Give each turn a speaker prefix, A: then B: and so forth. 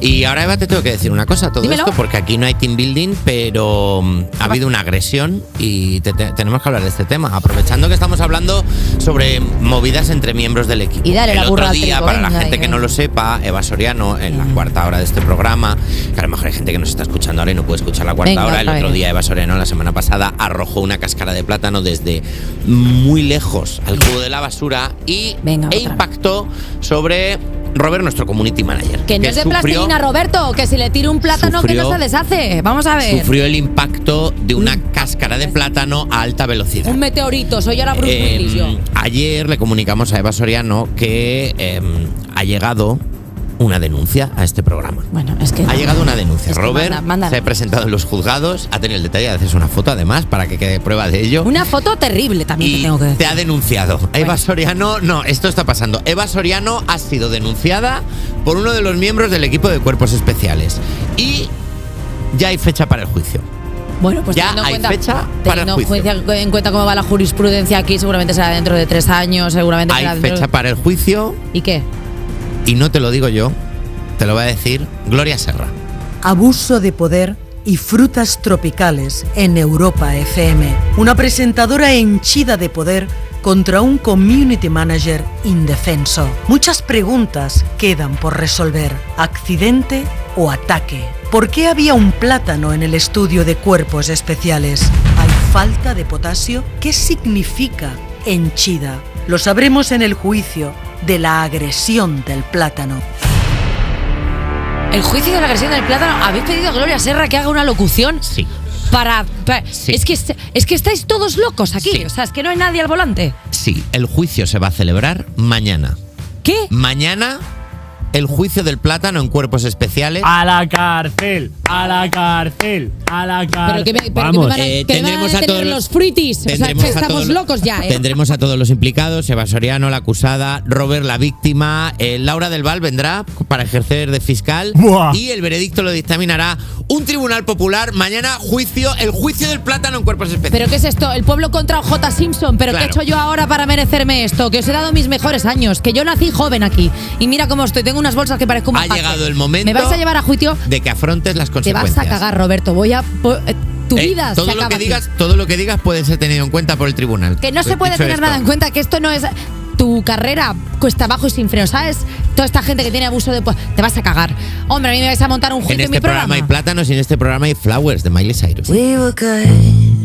A: Y ahora, Eva, te tengo que decir una cosa a todo
B: Dímelo.
A: esto, porque aquí no hay team building, pero mm, ha habido una agresión y te- te- tenemos que hablar de este tema. Aprovechando que estamos hablando sobre movidas entre miembros del equipo.
B: Y dale
A: El
B: la
A: otro
B: burra al ¿eh? Mm.
A: día,
B: trigo,
A: para la
B: venga,
A: gente
B: y
A: que no lo
B: venga.
A: sepa, Eva Soriano, en la cuarta hora de este programa, que a lo mejor hay gente que nos está escuchando ahora y no puede escuchar la cuarta
B: Venga,
A: hora. El
B: otra
A: otro
B: vez.
A: día, Eva Soriano, la semana pasada, arrojó una cáscara de plátano desde muy lejos al cubo de la basura y e
B: Venga, otra vez.
A: impactó sobre Robert, nuestro community manager.
B: Que no es de
A: sufrió-
B: plastilina, Roberto, que si le tiro un plátano que no
A: sufrió-
B: se deshace. Vamos a ver.
A: sufrió el impacto de una cáscara de plátano a alta velocidad.
B: Mm. Un meteorito, soy ahora Bruce
A: Eh,
B: Willis, yo.
A: ayer le comunicamos a Eva Soriano que eh, ha llegado una denuncia a este programa.
B: Bueno, es que.
A: Ha llegado una denuncia.
B: Es que
A: Robert
B: manda- manda-
A: se ha presentado en los juzgados, ha tenido el detalle de hacerse una foto además para que quede prueba de ello.
B: Una foto terrible también te
A: y
B: tengo que
A: te
B: decir.
A: ha denunciado. Eva Soriano, no, esto está pasando. Eva Soriano ha sido denunciada por uno de los miembros del equipo de cuerpos especiales. Y ya hay fecha para el juicio.
B: Bueno, pues
A: ya
B: teniendo en
A: hay
B: cuenta,
A: fecha para
B: teniendo
A: el juicio.
B: cuenta- en cuenta cómo va la jurisprudencia aquí, seguramente será dentro de tres años, seguramente será
A: Hay
B: dentro-
A: fecha para el juicio
B: ¿Y qué?
A: y no te lo digo yo, te lo va a decir Gloria Serra.
C: Abuso de poder y frutas tropicales en Europa FM. Una presentadora henchida de poder contra un community manager indefenso. Muchas preguntas quedan por resolver. ¿Accidente o ataque? ¿Por qué había un plátano en el estudio de cuerpos especiales? ¿Hay falta de potasio? ¿Qué significa henchida? Lo sabremos en el juicio de la agresión del plátano.
B: El juicio de la agresión del plátano. ¿Habéis pedido a Gloria Serra que haga una locución?
A: Sí.
B: Para. para-
A: Sí.
B: Es, que, est- es que estáis todos locos aquí.
A: Sí.
B: O sea, es que no hay nadie al volante.
A: Sí, el juicio se va a celebrar mañana.
B: ¿Qué?
A: Mañana el juicio del plátano en cuerpos especiales.
D: A la cárcel, a la cárcel, a la
B: Pero
D: cárcel.
B: que me, pero que me
D: Vamos.
B: van a,
A: Eh,
B: que me van a
A: tendremos a
B: detener
A: todos los-
B: los fruitis. O sea, que
A: Tendremos a
B: estamos
A: todos-
B: locos ya, ¿eh?
A: Tendremos a todos los implicados, Eva Soriano, la acusada, Robert, la víctima, eh, Laura del Val vendrá para ejercer de fiscal
D: Buah.
A: y el veredicto lo dictaminará un tribunal popular. Mañana juicio, el juicio del plátano en cuerpos especiales.
B: ¿Pero qué es esto? ¿El pueblo contra OJ Simpson? ¿Pero qué he
A: Claro.
B: hecho yo ahora para merecerme esto? Que os he dado mis mejores años, que yo nací joven aquí. Y mira cómo estoy, tengo unas bolsas que parezco un
A: Ha
B: mapache.
A: llegado el momento
B: ¿Me vais a llevar a juicio?
A: de que afrontes las
B: Te
A: consecuencias.
B: vas a cagar, Roberto. Voy a... po- eh, Tu
A: Eh,
B: vida
A: todo
B: se
A: lo
B: acaba
A: que
B: aquí.
A: digas, todo lo que digas puede ser tenido en cuenta por el tribunal. Eh,
B: Que no se
A: Dicho
B: puede tener
A: esto.
B: nada en cuenta, que esto no es tu carrera cuesta abajo y sin freno, ¿sabes? Toda esta gente que tiene abuso de... po- Te vas a cagar. Hombre, a mí me vais a montar un juicio
A: En
B: en,
A: este
B: mi
A: programa hay plátanos y en este programa hay flowers de Miley Cyrus.
E: We were good